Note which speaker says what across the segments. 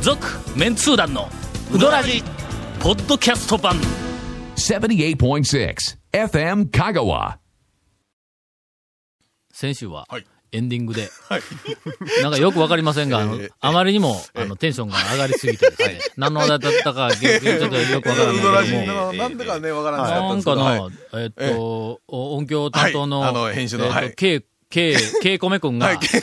Speaker 1: 続メンツー団のウドラジポッドキャスト版
Speaker 2: 78.6 FM Kagawa.
Speaker 1: 先週は
Speaker 3: はい
Speaker 1: エンディングで、
Speaker 3: はい。
Speaker 1: なんかよくわかりませんが、あの
Speaker 3: ええ
Speaker 1: あまりにも、あのテンションが上がりすぎてですね、何の話だったかげちょっとよくわからないけども
Speaker 3: ウドラジの、なんでかね、わからな
Speaker 1: ないん
Speaker 3: ですけ
Speaker 1: か
Speaker 3: ど。
Speaker 1: な、
Speaker 3: はい
Speaker 1: えっと、お音響担当の、
Speaker 3: はいあの編集の
Speaker 1: えっと
Speaker 3: はい
Speaker 1: ケイ、ケイ、ケイコメ君が、
Speaker 3: はい。け け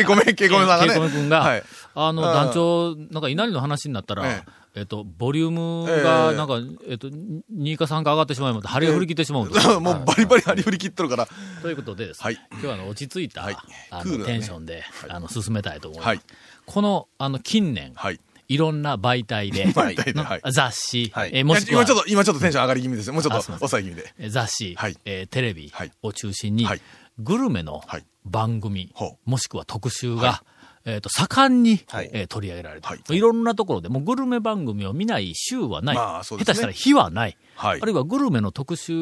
Speaker 3: い こめ、けいこめさんが
Speaker 1: ケ
Speaker 3: ね。
Speaker 1: イコメ君が、
Speaker 3: はい。
Speaker 1: あの、
Speaker 3: うん
Speaker 1: 団長、なんか稲荷の話になったら、え
Speaker 3: え
Speaker 1: っと、ボリューム
Speaker 3: え
Speaker 1: が、
Speaker 3: え
Speaker 1: なんか、えっと、2か3か上がってしまいまして、張りを振り切ってしまうんですよ、
Speaker 3: も
Speaker 1: は
Speaker 3: う
Speaker 1: い
Speaker 3: バリバリ張り振り切っとるから。
Speaker 1: ということでですね、
Speaker 3: はい
Speaker 1: 今日はあの落ち着いた、
Speaker 3: はい
Speaker 1: あ
Speaker 3: クール
Speaker 1: の
Speaker 3: な
Speaker 1: テ
Speaker 3: ね
Speaker 1: ンションで、あの進めたいと思います。
Speaker 3: はい
Speaker 1: このあの近年、、
Speaker 3: はいい。
Speaker 1: ろんな媒体で、
Speaker 3: 媒体ではい
Speaker 1: 雑誌、
Speaker 3: はい。
Speaker 1: えーもしくは
Speaker 3: 今ちょっと、今ちょっとテンション上がり気味ですね。もうちょ
Speaker 1: あ
Speaker 3: っ
Speaker 1: すいま
Speaker 3: と
Speaker 1: せん
Speaker 3: 抑え気味で。
Speaker 1: えー雑誌、
Speaker 3: はい
Speaker 1: えーテレビ
Speaker 3: はい
Speaker 1: を中心に、
Speaker 3: はい
Speaker 1: グルメの
Speaker 3: はい
Speaker 1: 番組、
Speaker 3: ほ
Speaker 1: もしくは特集が、えっと盛んに、
Speaker 3: はい
Speaker 1: えー取り上げられて、、
Speaker 3: はい
Speaker 1: ろんなところで、もうグルメ番組を見ない週はない、
Speaker 3: まあそう
Speaker 1: 下
Speaker 3: ですね
Speaker 1: 手したら日はない、
Speaker 3: はい
Speaker 1: あるいはグルメの特集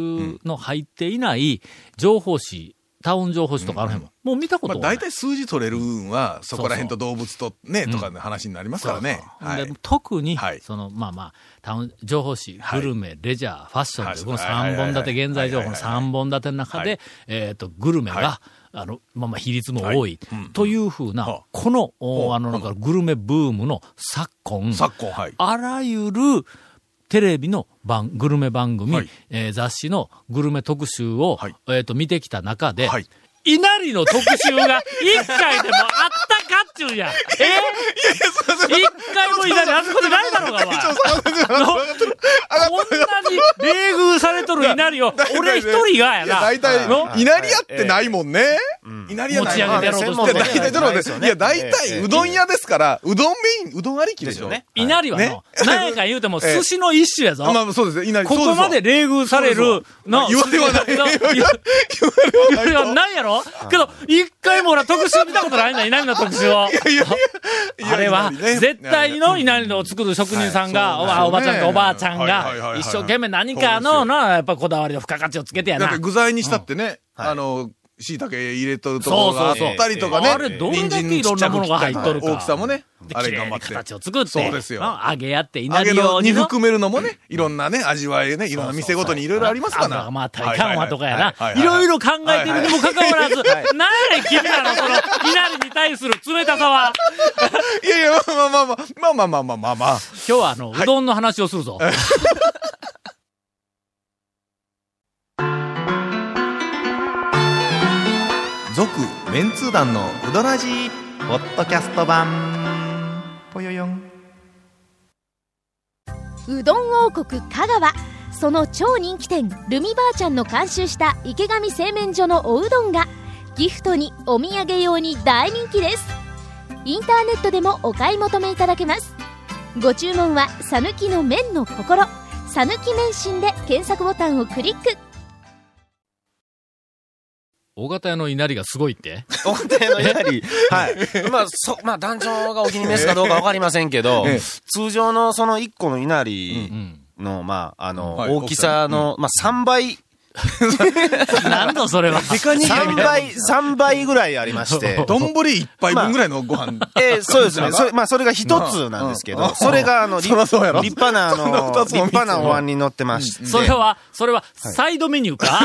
Speaker 1: の入っていない情報誌、タウン情報誌とかあの辺も、もう見たこ
Speaker 3: まあ
Speaker 1: とがない。
Speaker 3: 大体数字取れる運は、そこら辺と動物とね、とかの話になりますから
Speaker 1: そう
Speaker 3: ね。
Speaker 1: そう
Speaker 3: はい
Speaker 1: で。特に、
Speaker 3: はい
Speaker 1: その、まあまあ、タウン、情報誌、
Speaker 3: は
Speaker 1: グ
Speaker 3: い
Speaker 1: ルメ、レジャー、ファッション
Speaker 3: は
Speaker 1: と
Speaker 3: い
Speaker 1: いう、この3本立て、現在情報の3本立ての中
Speaker 3: は
Speaker 1: で
Speaker 3: い、
Speaker 1: えっと、グルメが
Speaker 3: は、
Speaker 1: あの、まあまあ、比率も
Speaker 3: はい
Speaker 1: 多い、というふう
Speaker 3: は
Speaker 1: な
Speaker 3: あ、
Speaker 1: この、お
Speaker 3: はあ
Speaker 1: あの、なんか、グルメブームの昨今、
Speaker 3: 昨今、はい。
Speaker 1: あらゆる、テレビの番、グルメ番組、
Speaker 3: はい
Speaker 1: えー雑誌のグルメ特集を、
Speaker 3: はい
Speaker 1: えっ、と、見てきた中で、
Speaker 3: はい
Speaker 1: 稲荷の特集が一回でもあったかっちゅうんや。え一回も稲荷あることないだろうが、お前。こんなに冷遇されとる稲荷を、俺一人がや
Speaker 3: いや、大
Speaker 1: な。の
Speaker 3: 体、稲荷屋ってないもんね。稲荷屋ない
Speaker 1: 持ち上げてやろうとして
Speaker 3: いや大体、ちょっと待って
Speaker 4: そうですよね
Speaker 3: いや、大体、うどん屋ですから、うどんメイン、うどんありきでしょ。
Speaker 4: ですよね
Speaker 1: 稲荷はの、
Speaker 3: ね
Speaker 1: 何やか言うても寿司の一種やぞ。
Speaker 3: まあ、そうですね。稲荷
Speaker 1: ここまで冷遇され
Speaker 3: そ
Speaker 1: る
Speaker 3: う
Speaker 1: の。
Speaker 3: 言われはない
Speaker 1: の言わ言われはないやろけど、一回も俺は特集見たことないんだ、稲荷の特集を。 あれは、絶対の稲荷のを作る職人さんが、おばおばちゃんとおばあちゃん
Speaker 3: はいはいはい
Speaker 1: が、
Speaker 3: はい
Speaker 1: 一生懸命何か
Speaker 3: そ
Speaker 1: の、
Speaker 3: うで
Speaker 1: な、やっぱこだわりの付加価値をつけてや
Speaker 3: だっ
Speaker 1: な
Speaker 3: て。具材にしたってね、あの、椎茸入れとるところがあったりとかね。
Speaker 1: あれ、どれだけいろんなものが入っとるか。
Speaker 3: 大きさもね
Speaker 1: で、、
Speaker 3: あ
Speaker 1: 綺
Speaker 3: れ
Speaker 1: 麗
Speaker 3: 頑
Speaker 1: に
Speaker 3: 張って。
Speaker 1: 形を作って、
Speaker 3: そうですよ
Speaker 1: な揚げやって、稲
Speaker 3: 揚
Speaker 1: 荷
Speaker 3: げ
Speaker 1: 用
Speaker 3: のに
Speaker 1: にの。
Speaker 3: 含めるのもね、いろんなね、味わいね、いろんな店ごとにいろいろありますか
Speaker 1: 油
Speaker 3: ら。
Speaker 1: が回ったり、緩和とかやな。い
Speaker 3: ははは
Speaker 1: ろいろ考えてるにもかかわらず、なんや君らのその、稲荷に対する冷たさは。
Speaker 3: いやいや、まあまあまあまあ、まあまあまあまあまあ。
Speaker 1: 今日はあの、うどんの話をするぞ。
Speaker 4: 続メンツー団のウドラジーポッドキャスト版ぽよよん
Speaker 5: うどん王国香川その超人気店ルミばあちゃんの監修した池上製麺所のおうどんがギフトにお土産用に大人気ですインターネットでもお買い求めいただけますご注文は「さぬきの麺の心」「さぬき麺心」で検索ボタンをクリック
Speaker 1: 大型屋の稲荷がすごいって。
Speaker 4: お手のやり。はい。 まあ、そ、まあ、団長がお気に召すかどうかわかりませんけど、通常のその1個の稲荷
Speaker 1: うん。
Speaker 4: の、まあ、あの、
Speaker 3: はい
Speaker 4: 大きさの、まあ、3倍、
Speaker 1: なんだそれ は。
Speaker 4: 3倍、三倍ぐらいありまして。
Speaker 3: 丼一杯分ぐらいの ご飯。
Speaker 4: えーそうですね。それ、まあ、それが一つなんですけ
Speaker 3: まあう
Speaker 4: ど、
Speaker 3: ん
Speaker 4: それが、あの、立
Speaker 3: そらそうやろ
Speaker 4: 立派な、あ
Speaker 3: そんな
Speaker 4: の、
Speaker 3: 二つ
Speaker 4: 立
Speaker 3: も三つも
Speaker 4: 派なお椀に乗ってまして。
Speaker 1: それは、それは、サイドメニューか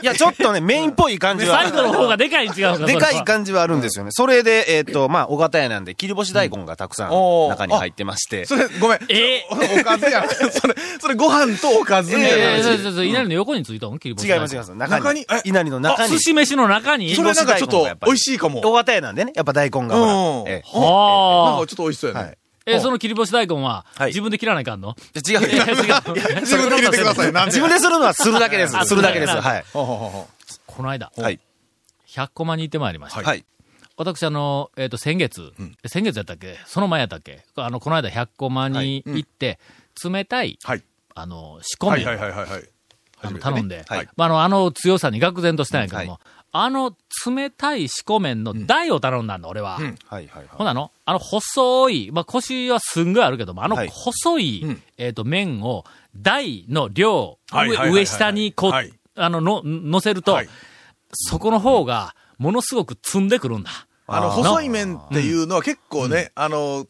Speaker 4: いや、ちょっとね、メインっぽい感じは。
Speaker 1: サイドの方がでかいに違うのか
Speaker 4: でかい
Speaker 1: か。
Speaker 4: 感じはあるんですよね。それで、えっ、と、まあ、小型屋なんで、切り干し大根がたくさん
Speaker 3: うん
Speaker 4: 中に入ってまして。
Speaker 3: それ、ごめん。
Speaker 1: え
Speaker 3: おかずや。それ、それご飯とおかず
Speaker 1: え
Speaker 3: みたいな
Speaker 1: え
Speaker 3: 話。
Speaker 1: そうそうそう稲荷の横についたの切り干し
Speaker 4: 違います、違います。中
Speaker 3: 中
Speaker 4: に
Speaker 3: に。え
Speaker 4: 稲荷の中に
Speaker 1: 寿。司飯の中に
Speaker 3: それなんかちょっと美味しいか
Speaker 4: 大
Speaker 3: も。
Speaker 4: 型屋なんでね、やっぱ大根がほ
Speaker 3: うん
Speaker 4: ら。ええ
Speaker 3: なん
Speaker 1: あ
Speaker 3: かちょっと美味しそうや
Speaker 4: は
Speaker 3: ね
Speaker 4: い。。
Speaker 1: え、その切り干し大根は、
Speaker 4: はい
Speaker 1: 自分で切らないかんの
Speaker 4: じゃ違う。
Speaker 1: 違う。
Speaker 3: 自分で入れてください。なん
Speaker 4: 自分でするのはするだけです
Speaker 1: あ。
Speaker 4: するだけです。
Speaker 1: そうなんだ
Speaker 4: はい。
Speaker 3: ほうほうほうほ
Speaker 1: この間、
Speaker 4: はい。
Speaker 1: 100コマに行ってまいりました。
Speaker 3: はい
Speaker 4: はい。
Speaker 1: 私、あの、えっ、と、先月、先月やったっけその前やったっけあの、この間100コマに行って、冷たい、
Speaker 3: うはい。
Speaker 1: あの、仕込み、
Speaker 3: はいはいはいはいはい。
Speaker 1: あの頼んで、
Speaker 4: はい
Speaker 1: まあ、あの、あの強さに愕然としたんやけども、
Speaker 4: うんは
Speaker 1: あの冷たい四股麺の台を頼んだんだ、俺は。
Speaker 3: うん
Speaker 4: はい。はい。
Speaker 1: ほなの、あの細い、まあ、腰はすんごいあるけども、あの
Speaker 4: はい
Speaker 1: 細い、
Speaker 3: うん
Speaker 1: えっ、と、麺を台の量、
Speaker 3: はいはいはいはい
Speaker 1: 上上下にこう、
Speaker 3: はい
Speaker 1: あの、の、乗せると、
Speaker 3: はい
Speaker 1: そこの方が、ものすごく積んでくるんだ。
Speaker 3: あの、
Speaker 4: あー
Speaker 3: 細い麺っていうのは結構ね、あの、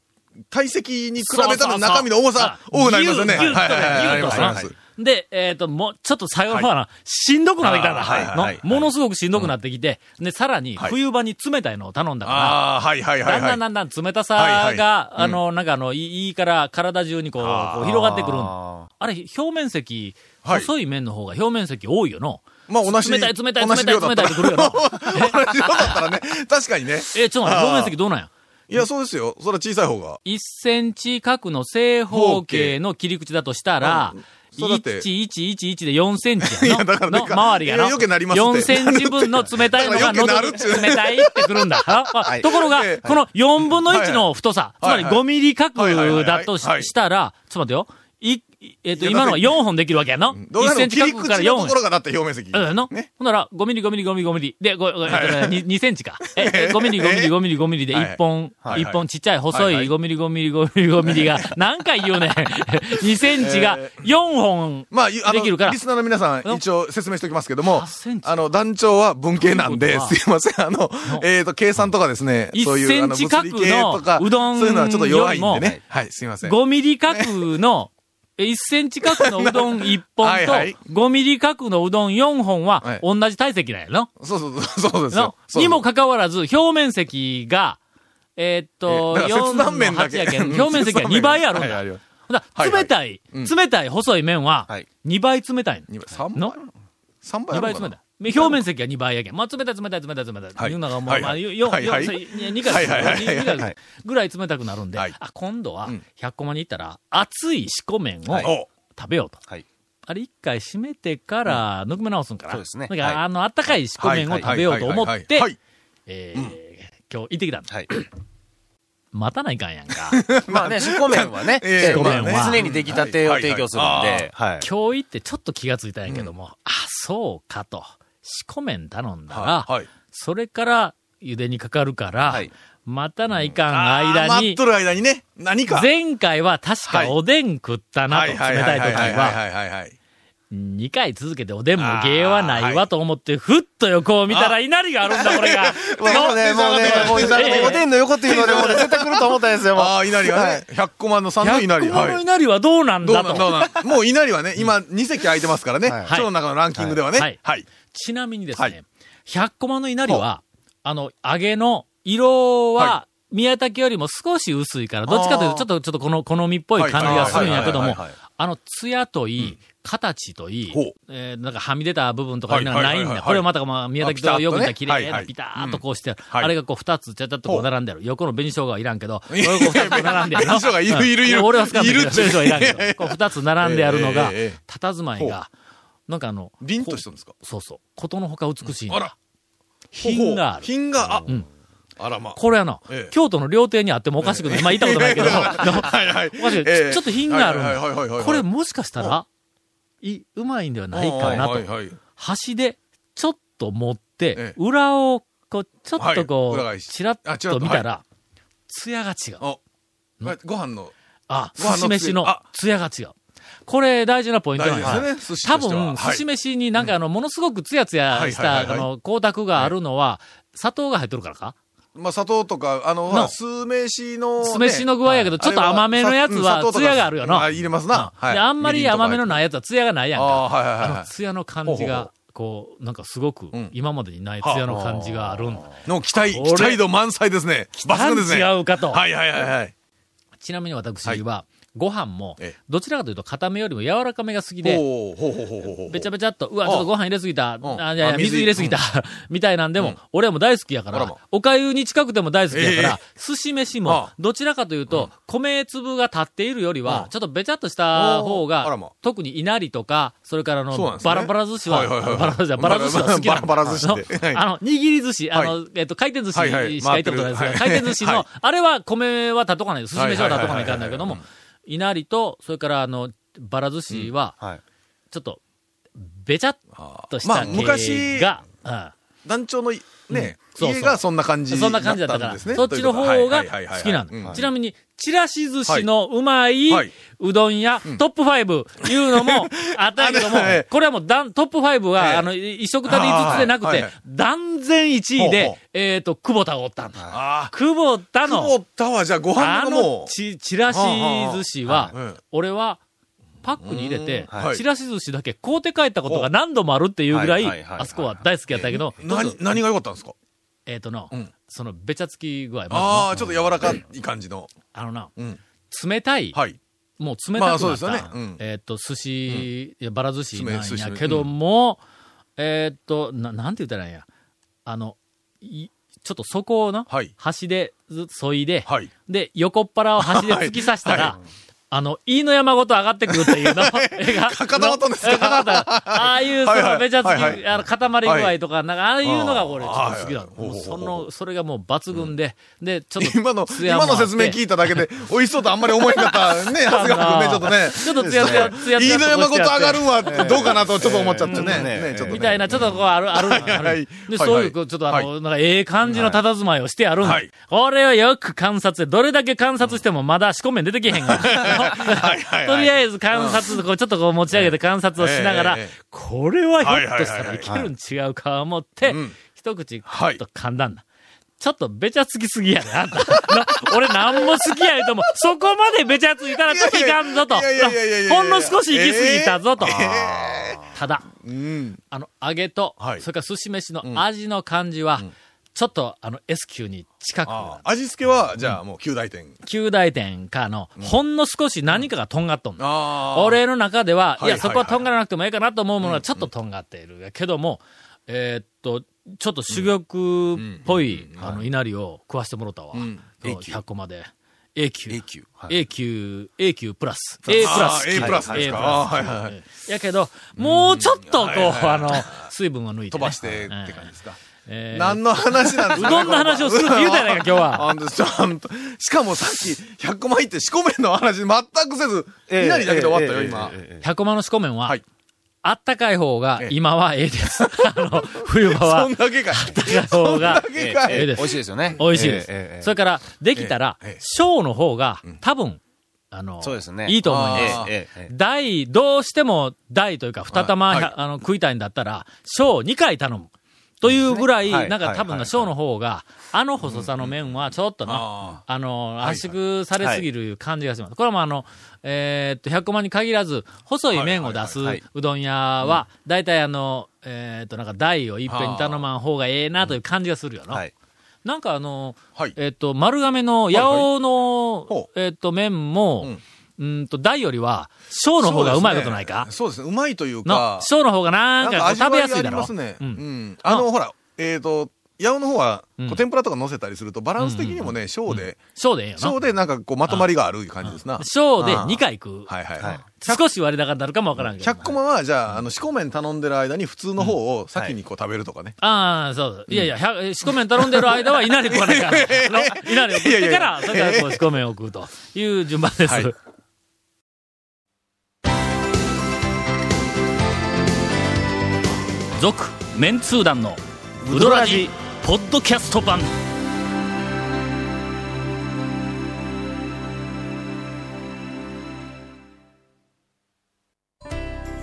Speaker 3: 体積に比べたら中身の重さ多くなりますよね。
Speaker 1: ぎゅっとね、ぎ
Speaker 3: あ
Speaker 1: ゅ
Speaker 3: り
Speaker 1: っと
Speaker 3: ますあります
Speaker 1: ね。で、えっ、と、もう、ちょっと最後の方はな、しんどくなってきたんだ、
Speaker 3: あーはいはい
Speaker 1: のものすごくしんどくなってきて、で、さらに、
Speaker 3: はい
Speaker 1: 冬場に冷たいのを頼んだから、
Speaker 3: ああ、はいはいは
Speaker 1: だ
Speaker 3: い
Speaker 1: んだ
Speaker 3: は
Speaker 1: ん
Speaker 3: い。
Speaker 1: だんだん冷たさが、
Speaker 3: はいはい
Speaker 1: あの、なんかあの、いいいから体中にこう、こう広がってくるん
Speaker 4: あ
Speaker 1: あれ、表面積、
Speaker 3: はい
Speaker 1: 細い面の方が表面積多いよの。
Speaker 3: まあ同じ、
Speaker 1: 冷たい冷たい
Speaker 3: 同じ量だった
Speaker 1: 冷たい冷たいってくるよな
Speaker 3: 同じ量だったらね、確かにね。
Speaker 1: え、ちょっと待って、
Speaker 3: あー
Speaker 1: 表面積どうなんや
Speaker 3: いや、そうですよ。それは小さい方が。
Speaker 1: ?1 センチ角の正方形の切り口だとしたら、
Speaker 3: うんそうだって
Speaker 1: 1111で4センチ
Speaker 3: い
Speaker 1: や
Speaker 3: やだから
Speaker 1: のの周りが
Speaker 3: いや
Speaker 1: の。
Speaker 3: 余計なりますって
Speaker 1: 4センチ分の冷たいのが
Speaker 3: だから
Speaker 1: 喉
Speaker 3: 余計なる
Speaker 1: に
Speaker 3: っちゅうね
Speaker 1: 冷たいってくるん だ。ああところが
Speaker 3: ええ、
Speaker 1: この4分の1の太さ、つ
Speaker 3: はい
Speaker 1: ま
Speaker 3: はい
Speaker 1: り5ミリ角だとし
Speaker 3: はいはいはいはい
Speaker 1: したら、ちょっと待ってよ。い、いえっと、
Speaker 3: いや
Speaker 1: 今のは4本できるわけやの。
Speaker 3: どう
Speaker 1: 1
Speaker 3: な
Speaker 1: セ
Speaker 3: の
Speaker 1: ンチ
Speaker 3: 切り
Speaker 1: 角から
Speaker 3: 口
Speaker 1: 4
Speaker 3: の
Speaker 1: 本
Speaker 3: とこ。ろがだって表面積。
Speaker 1: うんの、
Speaker 3: ね。
Speaker 1: ほんなら、5ミリ、5ミリ、5ミリ、5ミリ。で、ごごえっとね 2, 2センチか。え、え5ミリ、5ミリ、5ミリ、5ミリで
Speaker 3: はい
Speaker 1: 1本、
Speaker 3: はい
Speaker 1: 1本ちっちゃい細
Speaker 3: はいいはい
Speaker 1: 5ミリ、5ミリ、5ミリ、5ミリが、 何回言うねん。2センチが4本。
Speaker 3: まあ、ゆあ
Speaker 1: で
Speaker 3: の、
Speaker 1: きるから
Speaker 3: リスナーの皆さん、一応説明しておきますけども
Speaker 1: 8セン、チ
Speaker 3: あの、団長は文系なん
Speaker 1: という
Speaker 3: で、
Speaker 1: ことは
Speaker 3: すいません、あの、えっと、計算とかですね、そう
Speaker 1: 1
Speaker 3: い
Speaker 1: セ
Speaker 3: う、あ
Speaker 1: ン
Speaker 3: の、
Speaker 1: チ
Speaker 3: 物
Speaker 1: 角
Speaker 3: 理系とか、
Speaker 1: のうどん
Speaker 3: そういうのはちょっと弱いん
Speaker 1: よりも
Speaker 3: でね。はい、すいません。
Speaker 1: 5ミリ角の、1センチ角のうどん1本
Speaker 3: はい
Speaker 1: と
Speaker 3: はい、
Speaker 1: 5ミリ角のうどん4本
Speaker 3: は、
Speaker 1: はい同じ体積なんやろ
Speaker 3: そうそうそう、そうですよ
Speaker 1: の。
Speaker 3: そう
Speaker 1: にもかかわらず、表面積が、えーっと、
Speaker 3: えだから切断面だけ
Speaker 1: 4の8やけん表面積が2倍あるん
Speaker 3: はい
Speaker 1: だ
Speaker 3: あ。るよ
Speaker 1: ほな
Speaker 3: はいはい
Speaker 1: 冷たい、
Speaker 3: うん
Speaker 1: 冷たい細い麺は
Speaker 4: はい、
Speaker 1: 2倍冷たい
Speaker 3: 二倍、三
Speaker 1: の。
Speaker 3: 倍三倍
Speaker 1: 2
Speaker 3: あ
Speaker 1: 倍
Speaker 3: る
Speaker 1: 冷
Speaker 3: の
Speaker 1: た
Speaker 3: か
Speaker 1: い
Speaker 3: な。
Speaker 1: 表面積が2倍やけん。まあ、冷たい冷たい冷たい冷たい。、
Speaker 3: はいいう
Speaker 1: のがもう、
Speaker 3: はい
Speaker 1: まあ、
Speaker 3: はい
Speaker 1: よ、よ、
Speaker 3: はいはい
Speaker 1: そう2回、
Speaker 3: はいはいはいはい
Speaker 1: 二回ぐらい冷たくなるんで、
Speaker 3: はい
Speaker 1: あ、今度は
Speaker 3: うん、
Speaker 1: 100コマに行ったら、熱い四股麺を
Speaker 4: はい
Speaker 3: お
Speaker 1: 食べようと。
Speaker 4: はい
Speaker 1: あれ、一回締めてから、ぬくめ直すんかな。
Speaker 4: そうですね
Speaker 1: だから、
Speaker 4: はい
Speaker 1: あの、あったかい四股
Speaker 3: はい
Speaker 1: 麺を食べようと思っ
Speaker 3: はいはい
Speaker 1: て
Speaker 3: はいは、い
Speaker 1: えー今日行ってきたんだ。
Speaker 4: はい。
Speaker 1: 待たないかんやん か。
Speaker 4: まあね、仕込麺はね、
Speaker 3: ええ
Speaker 4: ええまあ
Speaker 1: 仕込麺は
Speaker 4: 常に出来立てを提供するんで、はい。
Speaker 1: 今日行ってちょっと気がついたんやけども、あ、そうかと。仕込麺頼んだら、
Speaker 3: はいはい
Speaker 1: それから茹でにかかるから、
Speaker 4: はい
Speaker 1: 待たないかん
Speaker 3: あー
Speaker 1: 間
Speaker 3: 待っ
Speaker 1: に、
Speaker 3: とる間にね、何か。
Speaker 1: 前回は確
Speaker 3: は
Speaker 1: か
Speaker 3: い
Speaker 1: おでん食ったなと、冷たい時は、
Speaker 3: いはいはい。
Speaker 1: 2回続けておでんも芸はないわと思って、ふっと横を見たら稲荷があるんだ、これが。
Speaker 4: もうね、もう ね、もう
Speaker 1: ええ
Speaker 4: ね、おでんの横っていうので、もうね、絶対来ると思ったんですよ、もう。
Speaker 3: ああ、稲荷がね、100コマの3の稲
Speaker 1: 100
Speaker 3: 荷。
Speaker 1: 個も
Speaker 3: は
Speaker 1: の
Speaker 3: い。
Speaker 1: 稲荷はどうなん
Speaker 3: どう
Speaker 1: だ
Speaker 3: なんど
Speaker 1: と。
Speaker 3: うなんもう稲荷はね、今2席空いてますからね。
Speaker 4: はい
Speaker 3: その中のランキングではね。
Speaker 1: は
Speaker 3: はいい。
Speaker 1: ちなみにです
Speaker 3: は
Speaker 1: ね
Speaker 3: い、
Speaker 1: 100コマの稲荷は、あの、揚げの色は
Speaker 3: は、
Speaker 1: 宮崎よりも少し薄いから、どっちかというと、ちょっと、ちょっとこの、好みっぽい感じがするんやけど
Speaker 4: は
Speaker 1: も
Speaker 4: いはいはいはいはい、
Speaker 1: あの、艶といい、形とい
Speaker 3: ほ、
Speaker 1: いうえーなんかはみ出た部分とかいうのが
Speaker 3: はい
Speaker 1: な
Speaker 3: はい
Speaker 1: い
Speaker 3: はい
Speaker 1: ん
Speaker 3: はい
Speaker 1: だ。これまたまあ宮崎と
Speaker 3: あピタッとね
Speaker 1: よく似た綺
Speaker 3: はい
Speaker 1: 麗
Speaker 3: は
Speaker 1: ないピターっとこうしてある、
Speaker 3: はい
Speaker 1: あれがこう二つちゃちゃっとこう並んである。横の紅生姜はいらんけど、これ
Speaker 3: いや
Speaker 1: がこう二つ並んである。
Speaker 3: 紅生姜いるいるいる
Speaker 1: うん俺は好きなんだけど
Speaker 3: いるっちゅう
Speaker 1: 紅生姜はいらんけど、こう二つ並んであるのが
Speaker 3: ええええええ、
Speaker 1: 佇まいが、なんかあの、
Speaker 3: 凛としてるんですか
Speaker 1: そうそう。ことのほか美しい。
Speaker 3: あら。
Speaker 1: 品がある。
Speaker 3: 品が、あ
Speaker 1: ん、
Speaker 3: あらまあ。
Speaker 1: これあの、
Speaker 3: ええ
Speaker 1: 京都の料亭にあってもおかしくない。まあ、行ったことないけど、
Speaker 3: はいはい。
Speaker 1: おかしくないちょちょっと品があるんだ
Speaker 3: はいはいはいはいはい。
Speaker 1: これもしかしたら、い、うまいんではないかなと。
Speaker 3: はいはいはい
Speaker 1: 端で、ちょっと持っ
Speaker 3: え
Speaker 1: て
Speaker 3: え、
Speaker 1: 裏を、こう、ちょっとこ、
Speaker 3: はいう裏返し
Speaker 1: ちらっ
Speaker 3: あちらっ
Speaker 1: と
Speaker 3: と
Speaker 1: 見たら、艶が違う。
Speaker 3: おご飯の。
Speaker 1: あ、
Speaker 3: ご飯の
Speaker 1: 寿司飯の
Speaker 3: つゆあ
Speaker 1: 艶が違う。これ大事なポイントなんです
Speaker 3: 大事
Speaker 1: ね
Speaker 3: ですね寿司
Speaker 1: 多
Speaker 3: としては
Speaker 1: 分、
Speaker 3: はい
Speaker 1: 寿司飯になんかあの、ものすごくツヤツヤし
Speaker 3: は
Speaker 1: た、
Speaker 3: いはいはいは
Speaker 1: あ
Speaker 3: い
Speaker 1: の、光沢があるのは、砂糖が入っとるからか
Speaker 3: まあ、砂糖とか、あの、
Speaker 1: の
Speaker 3: 酢飯のね。
Speaker 1: 酢飯の具合やけど、ちょっと甘めのやつ
Speaker 3: あれ
Speaker 1: は、
Speaker 3: 砂糖と
Speaker 1: ツ
Speaker 3: か
Speaker 1: ヤがあるよな。
Speaker 3: あ入れますな。
Speaker 1: うんであんまり甘めのない
Speaker 3: い。
Speaker 1: やつはツヤがないやん
Speaker 3: あ
Speaker 1: か。
Speaker 3: あー、はいはい
Speaker 1: あ
Speaker 3: はいは
Speaker 1: の、ツヤの感じ
Speaker 3: ほうほう
Speaker 1: が、こう、なんかすごく
Speaker 3: ん、
Speaker 1: 今までにないツヤの感じがあるんだ。
Speaker 3: い。の期待、
Speaker 1: こ
Speaker 3: 期
Speaker 1: れ
Speaker 3: 待度満載ですね。抜群ですね。
Speaker 1: 違うかと。
Speaker 3: はいはいはいはい。
Speaker 1: ちなみに私は、ご飯も
Speaker 3: ええ、
Speaker 1: どちらかというと固めよりも柔らかめが好きで、
Speaker 3: ほうほうほうほうほうほう。
Speaker 1: べちゃべちゃっと、うわ、ちょっとご飯入れすぎた、
Speaker 3: ん
Speaker 1: あいやいや
Speaker 3: あ
Speaker 1: 水
Speaker 3: 水
Speaker 1: 入れすぎた、 みたいなんでも、俺はもう大好きやか
Speaker 3: あら
Speaker 1: ら
Speaker 3: ま、
Speaker 1: おかゆに近くても大好きやか
Speaker 3: え
Speaker 1: ら
Speaker 3: え、
Speaker 1: 寿司飯
Speaker 3: あ
Speaker 1: も
Speaker 3: あ、
Speaker 1: どちらかというと、米粒が立っているより
Speaker 3: う
Speaker 1: は
Speaker 3: ん、
Speaker 1: ちょっとべちゃっとした方
Speaker 3: おーあら
Speaker 1: が
Speaker 3: ま、
Speaker 1: 特に稲荷とか、それからあの
Speaker 3: そうなんですね
Speaker 1: バラバラ寿司は、
Speaker 3: はいはいはい
Speaker 1: バラ寿司は、バラ寿司は好きなんだ
Speaker 3: バラバラ寿司っ
Speaker 1: あの
Speaker 3: て はい
Speaker 1: あの、握り寿司、あの
Speaker 3: は、
Speaker 1: えっと、回転寿司しか
Speaker 3: はいはい
Speaker 1: 行ったことないです
Speaker 3: 回
Speaker 1: が、
Speaker 3: ってる
Speaker 1: 回転寿司
Speaker 3: は
Speaker 1: の
Speaker 3: い、
Speaker 1: あれは米は立っとかない、寿司飯は立っとかないかんだけども
Speaker 3: はいはいはいはい、
Speaker 1: 稲荷と、それからあの、バラ寿司は、
Speaker 4: はい。
Speaker 1: ちょっと、べちゃっとした
Speaker 3: まあ
Speaker 1: 系が、うん
Speaker 3: 団長のい、ね、
Speaker 1: そうそう
Speaker 3: 家がそんな感じ
Speaker 1: そ
Speaker 3: だ
Speaker 1: ん
Speaker 3: っ
Speaker 1: な感じだったか
Speaker 3: たん
Speaker 1: ら、
Speaker 3: ですね。
Speaker 1: そっちの方が
Speaker 3: とい
Speaker 1: 好きな
Speaker 3: うことはいはいはいは
Speaker 1: の。
Speaker 3: い
Speaker 1: ちなみに、ちらし寿司のうまい
Speaker 3: はいう
Speaker 1: どん屋トップ5いうの もあったけども
Speaker 3: あれはい、
Speaker 1: これはもうだんトップ5
Speaker 3: ええ
Speaker 1: は、あの、い一食たりずつでなく
Speaker 3: あーはい
Speaker 1: て
Speaker 3: はい、
Speaker 1: 断然1位
Speaker 3: ほう
Speaker 1: で
Speaker 3: ほう、
Speaker 1: えっと、久保田がおったんだ。
Speaker 3: ああ。
Speaker 1: 久保田の
Speaker 3: 久保、田はじゃあご
Speaker 1: あ
Speaker 3: 飯が
Speaker 1: の
Speaker 3: もう。
Speaker 1: ち、ちらし寿司は
Speaker 3: はあはあはい、
Speaker 1: 俺は、パックに入れて
Speaker 3: うーんは、い
Speaker 1: ちらし寿司だけ買うて帰ったことが何度もあるっていうぐら
Speaker 4: はいはい
Speaker 1: い、
Speaker 4: はいはい
Speaker 1: あそこは大好きやったけど、
Speaker 3: 何、何が良かったんですか
Speaker 1: えっとの
Speaker 3: うん、
Speaker 1: そのべちゃつき具合、まずな
Speaker 3: ああ、ちょっと柔らかい感じの。
Speaker 1: あのな、
Speaker 3: うん。
Speaker 1: 冷たい、
Speaker 3: はい。
Speaker 1: もう冷たくなった、
Speaker 3: まあそうですよねうん
Speaker 1: えーっと、寿司、いやばら寿司なん
Speaker 3: 寿司
Speaker 1: や
Speaker 3: ね
Speaker 1: けども、えーっとな、なんて言ったらいいんや。あの、いちょっとそこをな、
Speaker 3: はい
Speaker 1: 端でず、そいで、
Speaker 3: はい。
Speaker 1: で、横っ腹を端で突き刺したら、
Speaker 3: はい
Speaker 1: あの、飯の山ごと上がってくるっていうの、絵が。
Speaker 3: か固まったんですか
Speaker 1: のえ固まったああいう、そ
Speaker 3: はいはい
Speaker 1: の、めちゃつき、
Speaker 3: はいはい
Speaker 1: あの、塊具合とか、なんか、ああいうのが俺、ちょっと好きだ
Speaker 3: あーはいはい
Speaker 1: もうその、それがもう抜群で、で、ちょっと、
Speaker 3: 今の、
Speaker 1: 艶もあ
Speaker 3: 今
Speaker 1: って
Speaker 3: の説明聞いただけで、美味しそうとあんまり思えなかったね、長谷川君ね、ちょっとね。
Speaker 1: ちょっとツヤツヤ、ツヤツヤ
Speaker 3: 飯
Speaker 1: と
Speaker 3: の
Speaker 1: こうして
Speaker 3: 山ごと
Speaker 1: やって
Speaker 3: 上がるんはどうかなとちょっと思っちゃって
Speaker 4: うん
Speaker 3: ね。
Speaker 4: うん
Speaker 3: ねちょっとね。
Speaker 1: みたいな、ちょっとこう、ある、ある、あ
Speaker 3: は
Speaker 1: る
Speaker 3: い。
Speaker 1: で、
Speaker 3: はい
Speaker 1: そういう、ちょ
Speaker 3: は
Speaker 1: っとあ
Speaker 3: い
Speaker 1: の、
Speaker 3: は
Speaker 1: なんか、ええ感じの佇まいをしてあるんだ
Speaker 3: はい。
Speaker 1: これをよく観察で、どれだけ観察してもまだ四股面出てけへんが。
Speaker 3: はいは い
Speaker 1: と
Speaker 3: はい
Speaker 1: りあえず観察、こう、ちょっとこう持ち上げて観察をしながら
Speaker 3: ええええ、
Speaker 1: これはひょっとした
Speaker 3: はいは
Speaker 1: ら
Speaker 3: いはいはいい
Speaker 1: けるん違うか思って
Speaker 3: うん、
Speaker 1: 一口、
Speaker 3: は
Speaker 1: っ
Speaker 3: い
Speaker 1: と噛んだんだ。ちょっとべちゃつきすぎやで、あんた。 な俺なんも好きや言うとも、そこまでべちゃついたらちょっといかんぞと。
Speaker 3: いやいやいやいやいやいや
Speaker 1: ほんの少し行き過ぎたぞと。ただ、
Speaker 3: うん。
Speaker 1: あの、揚げと、
Speaker 3: はい
Speaker 1: それから寿司飯の味の感じは、ちょっと、あの、S 級に近く、
Speaker 3: あー味付けは、じゃあもう旧大店。
Speaker 1: 旧大店かの、ほんの少し何かがとんがっとんの。
Speaker 3: ああ。
Speaker 1: 俺の中では、い
Speaker 3: はいはいは
Speaker 1: や、
Speaker 3: い
Speaker 1: そこはとんがらなくてもいいかなと思うものはちょっととんがっているけども、えーっと、ちょっと珠玉っぽい、あの、稲荷を食わしてもろたわ。
Speaker 3: ん
Speaker 1: そう
Speaker 4: A 級
Speaker 1: 100個まで。A 級。
Speaker 4: A 級はい
Speaker 1: A 級、A 級プラス。A プラス。
Speaker 3: あー A プラスですかあーはいはいはい
Speaker 1: い。やけど、もうちょっと、こう、
Speaker 3: はいはいはい
Speaker 1: あの、水分を抜いてね、
Speaker 3: 飛ばしてって感じですか。
Speaker 1: えー
Speaker 3: 何の話なんです
Speaker 1: う
Speaker 3: か
Speaker 1: どんの話をするって言うたやないか、今日は。
Speaker 3: あんたちゃんとしかもさっき、100個前行って四股面の話全くせず、
Speaker 4: ええ
Speaker 3: いなりだけで終わったよ、
Speaker 4: ええ
Speaker 3: 今
Speaker 4: え。えええ
Speaker 1: 百万の四股麺は、
Speaker 3: はい
Speaker 1: あったかい方が
Speaker 3: ええ
Speaker 1: 今はええです。あの、冬場は
Speaker 3: そん、だけかい。
Speaker 1: あったかい方が
Speaker 3: そんだけか
Speaker 1: ええ
Speaker 3: い。
Speaker 1: で
Speaker 4: 美味しいですよね。
Speaker 1: 美味しいです。
Speaker 4: ええええええ
Speaker 1: それから、できたら
Speaker 3: ええええ、
Speaker 1: 小の方が、多分、あの、
Speaker 4: そうですね
Speaker 1: いいと思い
Speaker 3: あ
Speaker 1: ま
Speaker 3: ー
Speaker 1: す。
Speaker 4: ええええ
Speaker 1: 大、どうしても大というか、二玉、
Speaker 3: はいはい
Speaker 1: あの食いたいんだったら、小2回頼む。というぐらい、
Speaker 4: そうですね
Speaker 1: なんか
Speaker 4: はい
Speaker 1: 多分
Speaker 4: は
Speaker 1: ない小の方が、あの細さの麺はちょっとな
Speaker 3: あ、
Speaker 1: あの、
Speaker 3: いはい
Speaker 1: 圧縮されすぎる感じがします。これはもうあの、えーっと、100万に限らず、細い麺を出す
Speaker 4: はいはいはいは
Speaker 1: うどん屋は、大体あの、えーっと、なんか大をいっぺんに頼まん方がええなという感じがするよな。
Speaker 4: はい。
Speaker 1: なんかあの、
Speaker 3: はい
Speaker 1: えっと、丸亀の八尾の、
Speaker 3: ほ
Speaker 1: えっと、麺も、うんと、大よりは、小の方がうまいことないか
Speaker 3: そうですね、うまいという
Speaker 1: の
Speaker 3: か、
Speaker 1: 小の方がなんかこう食べやすいだろ
Speaker 3: なんか味わありますね。
Speaker 1: う
Speaker 3: うんん。あの、ほら、えっと、八尾の方は、こ
Speaker 1: うん
Speaker 3: う天ぷらとか乗せたりすると、バランス的にもね、小で、
Speaker 1: 小でええよな。
Speaker 3: 小でなんかこう、まとまりがある感じですな。
Speaker 1: 小で
Speaker 3: ああ
Speaker 1: 2回食う。
Speaker 3: はいはいはい。
Speaker 1: 少し割高になるかもわからんけど。
Speaker 3: 100コマは、じゃあ、あの、四股麺頼んでる間に普通の方を先にこう食べるとかね。
Speaker 1: ああ、そうそう。いやいや、百え四股麺頼んでる間は稲荷食わない から。の稲荷を食ってから、それからこう四股麺を食うという順番です。
Speaker 3: はい
Speaker 1: 続、メンツー団の、ウドラジ、ポッドキャスト版。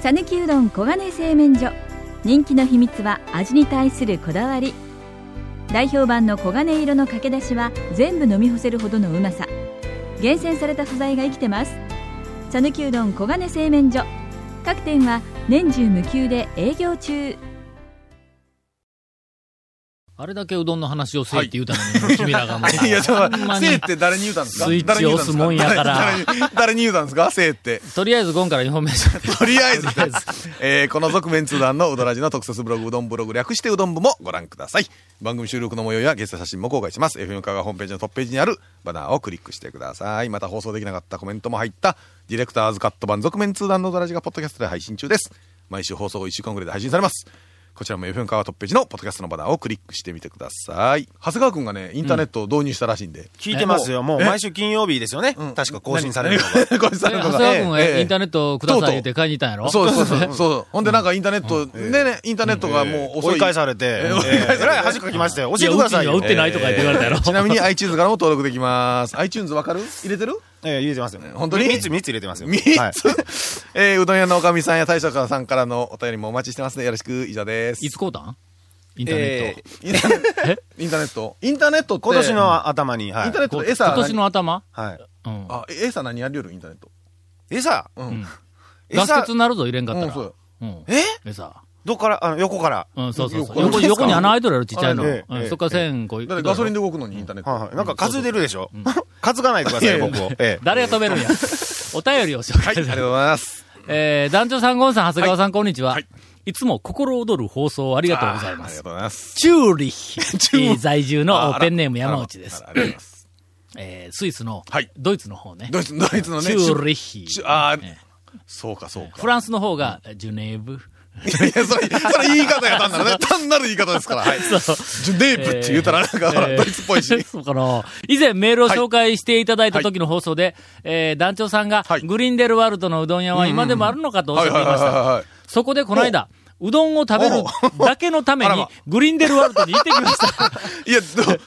Speaker 6: さぬきうどん黄金製麺所人気の秘密は味に対するこだわり代表版の黄金色のかけだしは全部飲み干せるほどのうまさ厳選された素材が生きてます「さぬきうどん黄金製麺所」各店は年中無休で営業中
Speaker 1: あれだけうどんの話をせえって言うたのに、君らがもう。
Speaker 3: いや、ちょっ
Speaker 1: ほ
Speaker 3: と
Speaker 1: ん
Speaker 3: 待
Speaker 1: ま
Speaker 3: って、
Speaker 1: に
Speaker 3: せいって誰に言うたんですか
Speaker 1: スイッチ
Speaker 3: 誰に言うたですか
Speaker 1: 押すもんやから
Speaker 3: 誰に誰に言うたんですかせいって。
Speaker 1: とりあえず、ゴンからインフォメーション。
Speaker 3: とりあ えず
Speaker 1: とりあえ
Speaker 3: で
Speaker 1: ず
Speaker 3: す。えーこの続面通談のうどらじの特設ブログ、うどんブログ略してうどん部もご覧ください。番組収録の模様やゲスト写真も公開します。FM カがホームページのトップページにあるバナーをクリックしてください。また放送できなかったコメントも入った、ディレクターズカット版続面通談のうどらじがポッドキャストで配信中です。毎週放送1週間ぐらいで配信されます。こちらも FM 川トップページのポッドキャストのバナーをクリックしてみてください。長谷川くんがね、インターネットを導入したらしいんで。
Speaker 4: 聞いてますよ。もう毎週金曜日ですよね。
Speaker 3: うん
Speaker 4: 確か更新されるのが。
Speaker 3: 何更新さ
Speaker 1: 長
Speaker 3: れ
Speaker 1: 谷
Speaker 3: るのが
Speaker 1: 川君が
Speaker 3: ええ
Speaker 1: インターネットくださいって買いに行ったんやろ
Speaker 3: そうそうそうそう。ほんでなんかインターネット、ねね、インターネットがもう遅
Speaker 4: 追
Speaker 3: い。
Speaker 4: い返されて、え
Speaker 3: 追い返されて
Speaker 4: えらい恥かきましたよ。教えてく
Speaker 1: や、
Speaker 4: だ
Speaker 1: うち
Speaker 4: さい
Speaker 1: には
Speaker 4: よ。
Speaker 1: 売ってないとか言って言われたやろ。
Speaker 3: ちなみに iTunes からも登録できます。iTunes わかる入れてる
Speaker 4: ええ入れてますよ。
Speaker 3: 本当に
Speaker 4: 三つ、三つ入れてますよ。
Speaker 3: 三
Speaker 4: はい
Speaker 3: つ、えーうどん屋のおかみさんや大将さんからのお便りもお待ちしてますね。よろしく。以上です。
Speaker 1: いつ買うたんインターネッ
Speaker 3: え
Speaker 1: ト。
Speaker 3: ーインターネット。インターネットインターネットって。
Speaker 4: 今年。の頭に、は
Speaker 3: イ
Speaker 4: い
Speaker 3: ンター。ネット
Speaker 1: こ
Speaker 3: で餌
Speaker 1: 今
Speaker 3: 何
Speaker 1: 年の頭
Speaker 4: はい。
Speaker 1: うん。
Speaker 3: あ、え餌何やりよるインターネット。
Speaker 4: 餌
Speaker 3: うん。
Speaker 1: ガス
Speaker 4: 餌
Speaker 1: 欠になるぞ、入れんかった
Speaker 3: うん、そう
Speaker 1: ら
Speaker 3: よ。。
Speaker 1: うん。
Speaker 4: え
Speaker 1: 餌。
Speaker 4: どっから、あの、横から。
Speaker 1: うん、そうそうそう。
Speaker 3: 横
Speaker 1: 横に、横に穴開いとるやろ、ちっちゃいの。
Speaker 3: あれ
Speaker 4: ね
Speaker 1: うん
Speaker 4: ええ
Speaker 1: そっから線、こう
Speaker 3: だってガソリンで動くのにインターネット。
Speaker 4: はいはい。なんか担いでるでしょ担がないでくださ
Speaker 3: いや
Speaker 4: い、
Speaker 3: いや
Speaker 4: 僕を。ええ。
Speaker 1: 誰が止めるん や。お便りを紹
Speaker 3: はい、あ
Speaker 1: 介
Speaker 3: り
Speaker 1: す
Speaker 3: が
Speaker 1: る。
Speaker 3: とうございます。
Speaker 1: えー、団長さん、ゴンさん、長谷川さん、こんにちは。
Speaker 3: はい
Speaker 1: い、つも心躍る放送をありがとうございま
Speaker 3: あり
Speaker 1: す
Speaker 3: が。とうございます。
Speaker 1: チューリッヒ在住
Speaker 3: あ
Speaker 1: の
Speaker 3: あら
Speaker 1: ペンネーム山内です
Speaker 3: あ。らありがとうございます。
Speaker 1: えー、スイスの、
Speaker 3: はい
Speaker 1: ドイツの方ね。
Speaker 3: ドイツ、ドイツのね。
Speaker 1: チューリッヒ。
Speaker 3: チュあー
Speaker 1: ええ
Speaker 3: そうか、そうか。
Speaker 1: フランスの方が、ジュネー ブ。
Speaker 3: いやいや、それ、それ言い方や、単なる ね。単なる言い方ですから。はい。ジュネープって言うたら、なんか、ほら、ドイツっぽいし。
Speaker 1: えー そうかな。以前メールを紹介していただいた時の放送で、えー団長さんが、
Speaker 3: はい
Speaker 1: グリンデルワルドのうどん屋は今でもあるのかとおっしゃっていまし
Speaker 3: はいはいはいはいはい
Speaker 1: た。そこでこの間、うどんを食べるだけのため
Speaker 3: おあら
Speaker 1: に
Speaker 3: ま、
Speaker 1: グリンデルワルドに行ってきま した。
Speaker 3: いや、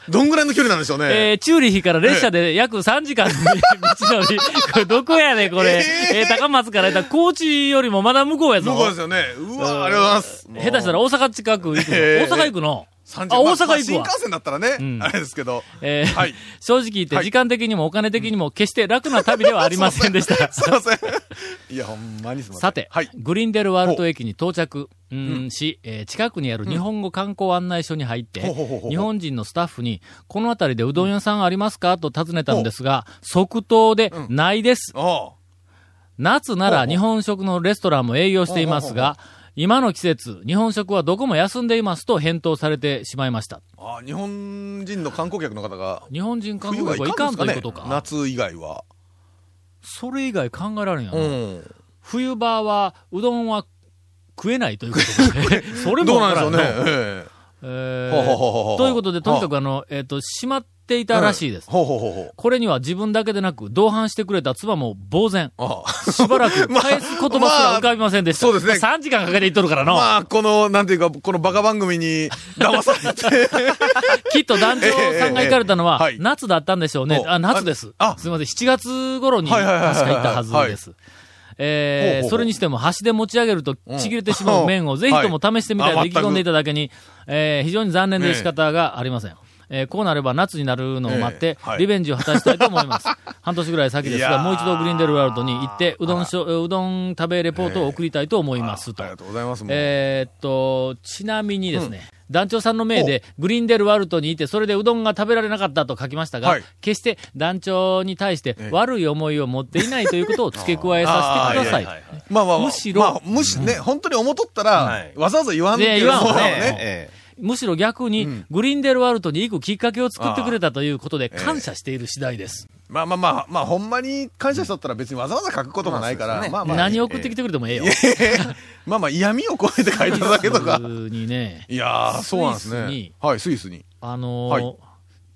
Speaker 3: ど、どんぐらいの距離なんでしょうね。
Speaker 1: えー、チューリヒから列車で約3時間の道のり。これどこやねんこれ。
Speaker 3: えー
Speaker 1: えー高松から行ったら高知よりもまだ向こうやぞ。
Speaker 3: 向こうですよね。うわ、ありがとうございます。もう
Speaker 1: 下手したら大阪近く行くの。
Speaker 3: えー
Speaker 1: 大阪行くの。
Speaker 3: 30
Speaker 1: あ、大
Speaker 3: ま
Speaker 1: 阪行
Speaker 3: ま新
Speaker 1: くわ
Speaker 3: 幹。線だったらね、
Speaker 1: ん
Speaker 3: あれですけど。
Speaker 1: えー
Speaker 3: はい
Speaker 1: 正直言って
Speaker 3: はい
Speaker 1: 時間的にもお金的にも決して楽な旅ではありませんで した。
Speaker 3: す いません。いや、ほんまにすいません。
Speaker 1: さて、
Speaker 3: はい。
Speaker 1: グリンデルワルト駅に到着、うんし、えー近くにある日本語観光案内所に入って、
Speaker 3: ほうほうほうほう
Speaker 1: 日本人のスタッフに、この辺りでうどん屋さんありますかと尋ねたんですが、即答で、ないです。
Speaker 3: あ
Speaker 1: 夏なら日本食のレストランも営業していますが、今の季節、日本食はどこも休んでいますと返答されてしまいました。
Speaker 3: あああ、日本人の観光客の方が、
Speaker 1: 日本人観
Speaker 3: 冬
Speaker 1: 光
Speaker 3: は
Speaker 1: 客はい
Speaker 3: い
Speaker 1: か
Speaker 3: か
Speaker 1: ん
Speaker 3: ん
Speaker 1: と
Speaker 3: と
Speaker 1: い
Speaker 3: いうう
Speaker 1: こ
Speaker 3: こと
Speaker 1: か。
Speaker 3: とかね。夏以外は。
Speaker 1: それ以外考えられんやな。
Speaker 3: うん。
Speaker 1: 冬場は、うどんは食えないということ で、それも
Speaker 3: どう
Speaker 1: わ
Speaker 3: な
Speaker 1: か
Speaker 3: んでし
Speaker 1: ら
Speaker 3: ょうん
Speaker 1: な。
Speaker 3: ねえ
Speaker 1: えー
Speaker 3: ほうほうほうほうほう
Speaker 1: ということで、とにかくあの、えっ、と、閉まってい
Speaker 3: え
Speaker 1: たらしいです。
Speaker 3: ほうほうほうほう。
Speaker 1: これには自分だけでなく、同伴してくれた妻も呆 然。
Speaker 3: ああ。
Speaker 1: しばらく返す言葉すら浮かびませんでした。
Speaker 3: まあそうですね
Speaker 1: まあ3時間かけていっとるからの。
Speaker 3: まあ、この、なんていうか、このバカ番組に騙されて。
Speaker 1: きっと団長さんが行かれたのは
Speaker 3: ええええはい、
Speaker 1: 夏だったんでしょうね。
Speaker 3: お
Speaker 1: あ、夏です。
Speaker 3: あ
Speaker 1: すみません、7月頃に
Speaker 3: は
Speaker 1: 確
Speaker 3: いはいはいはい
Speaker 1: か行ったはずです。
Speaker 3: ほう
Speaker 1: え
Speaker 3: ほうほ
Speaker 1: ー、
Speaker 3: う
Speaker 1: それにしても、端で持ち上げるとちぎれてしまう麺 をぜひとも試してみたいと
Speaker 3: はい
Speaker 1: 意気込んでいただけに、えー非常に残念で仕方がありません。えーこうなれば夏になるのを待って
Speaker 3: ええは、い
Speaker 1: リベンジを果たしたいと思い ます。半年ぐらい先です
Speaker 3: いや
Speaker 1: が、
Speaker 3: ー
Speaker 1: もう一度グリーンデルワールドに行って、うどんしょ、うどん食べレポートを送りたいと思いますと
Speaker 3: あり。がとうございます。もう
Speaker 1: えーっと、ちなみにですね、団長さんの命で、グリーンデルワルトにいて、それでうどんが食べられなかったと書きましたが、
Speaker 3: はい
Speaker 1: 決して団長に対して
Speaker 3: ええ
Speaker 1: 悪い思いを持っていないということを付け加えさせてください。
Speaker 3: まあまあまあ、
Speaker 1: むしろ
Speaker 3: まあ、むしね、本当に思っとったら、
Speaker 4: はい
Speaker 3: わざわざ言わんっていう
Speaker 1: ね言わん
Speaker 3: そうだ
Speaker 1: ね
Speaker 3: ね
Speaker 4: ええ。
Speaker 1: むしろ逆に、グリーンデルワルトに行くきっかけを作ってくれたということで、
Speaker 3: あー
Speaker 1: 感謝している次第です。
Speaker 3: まあまあまあ、まあ、ほんまに感謝しとったら別にわざわざ書くこともないから、まあ、まあ、
Speaker 1: 何送ってきてくれてもええよ。
Speaker 3: まあまあ、嫌味を超えて書いただけとか
Speaker 1: 普。通にね、
Speaker 3: いやー、そうなんです
Speaker 1: スイスに
Speaker 3: ね。はい、スイスに。
Speaker 1: あのー
Speaker 3: はい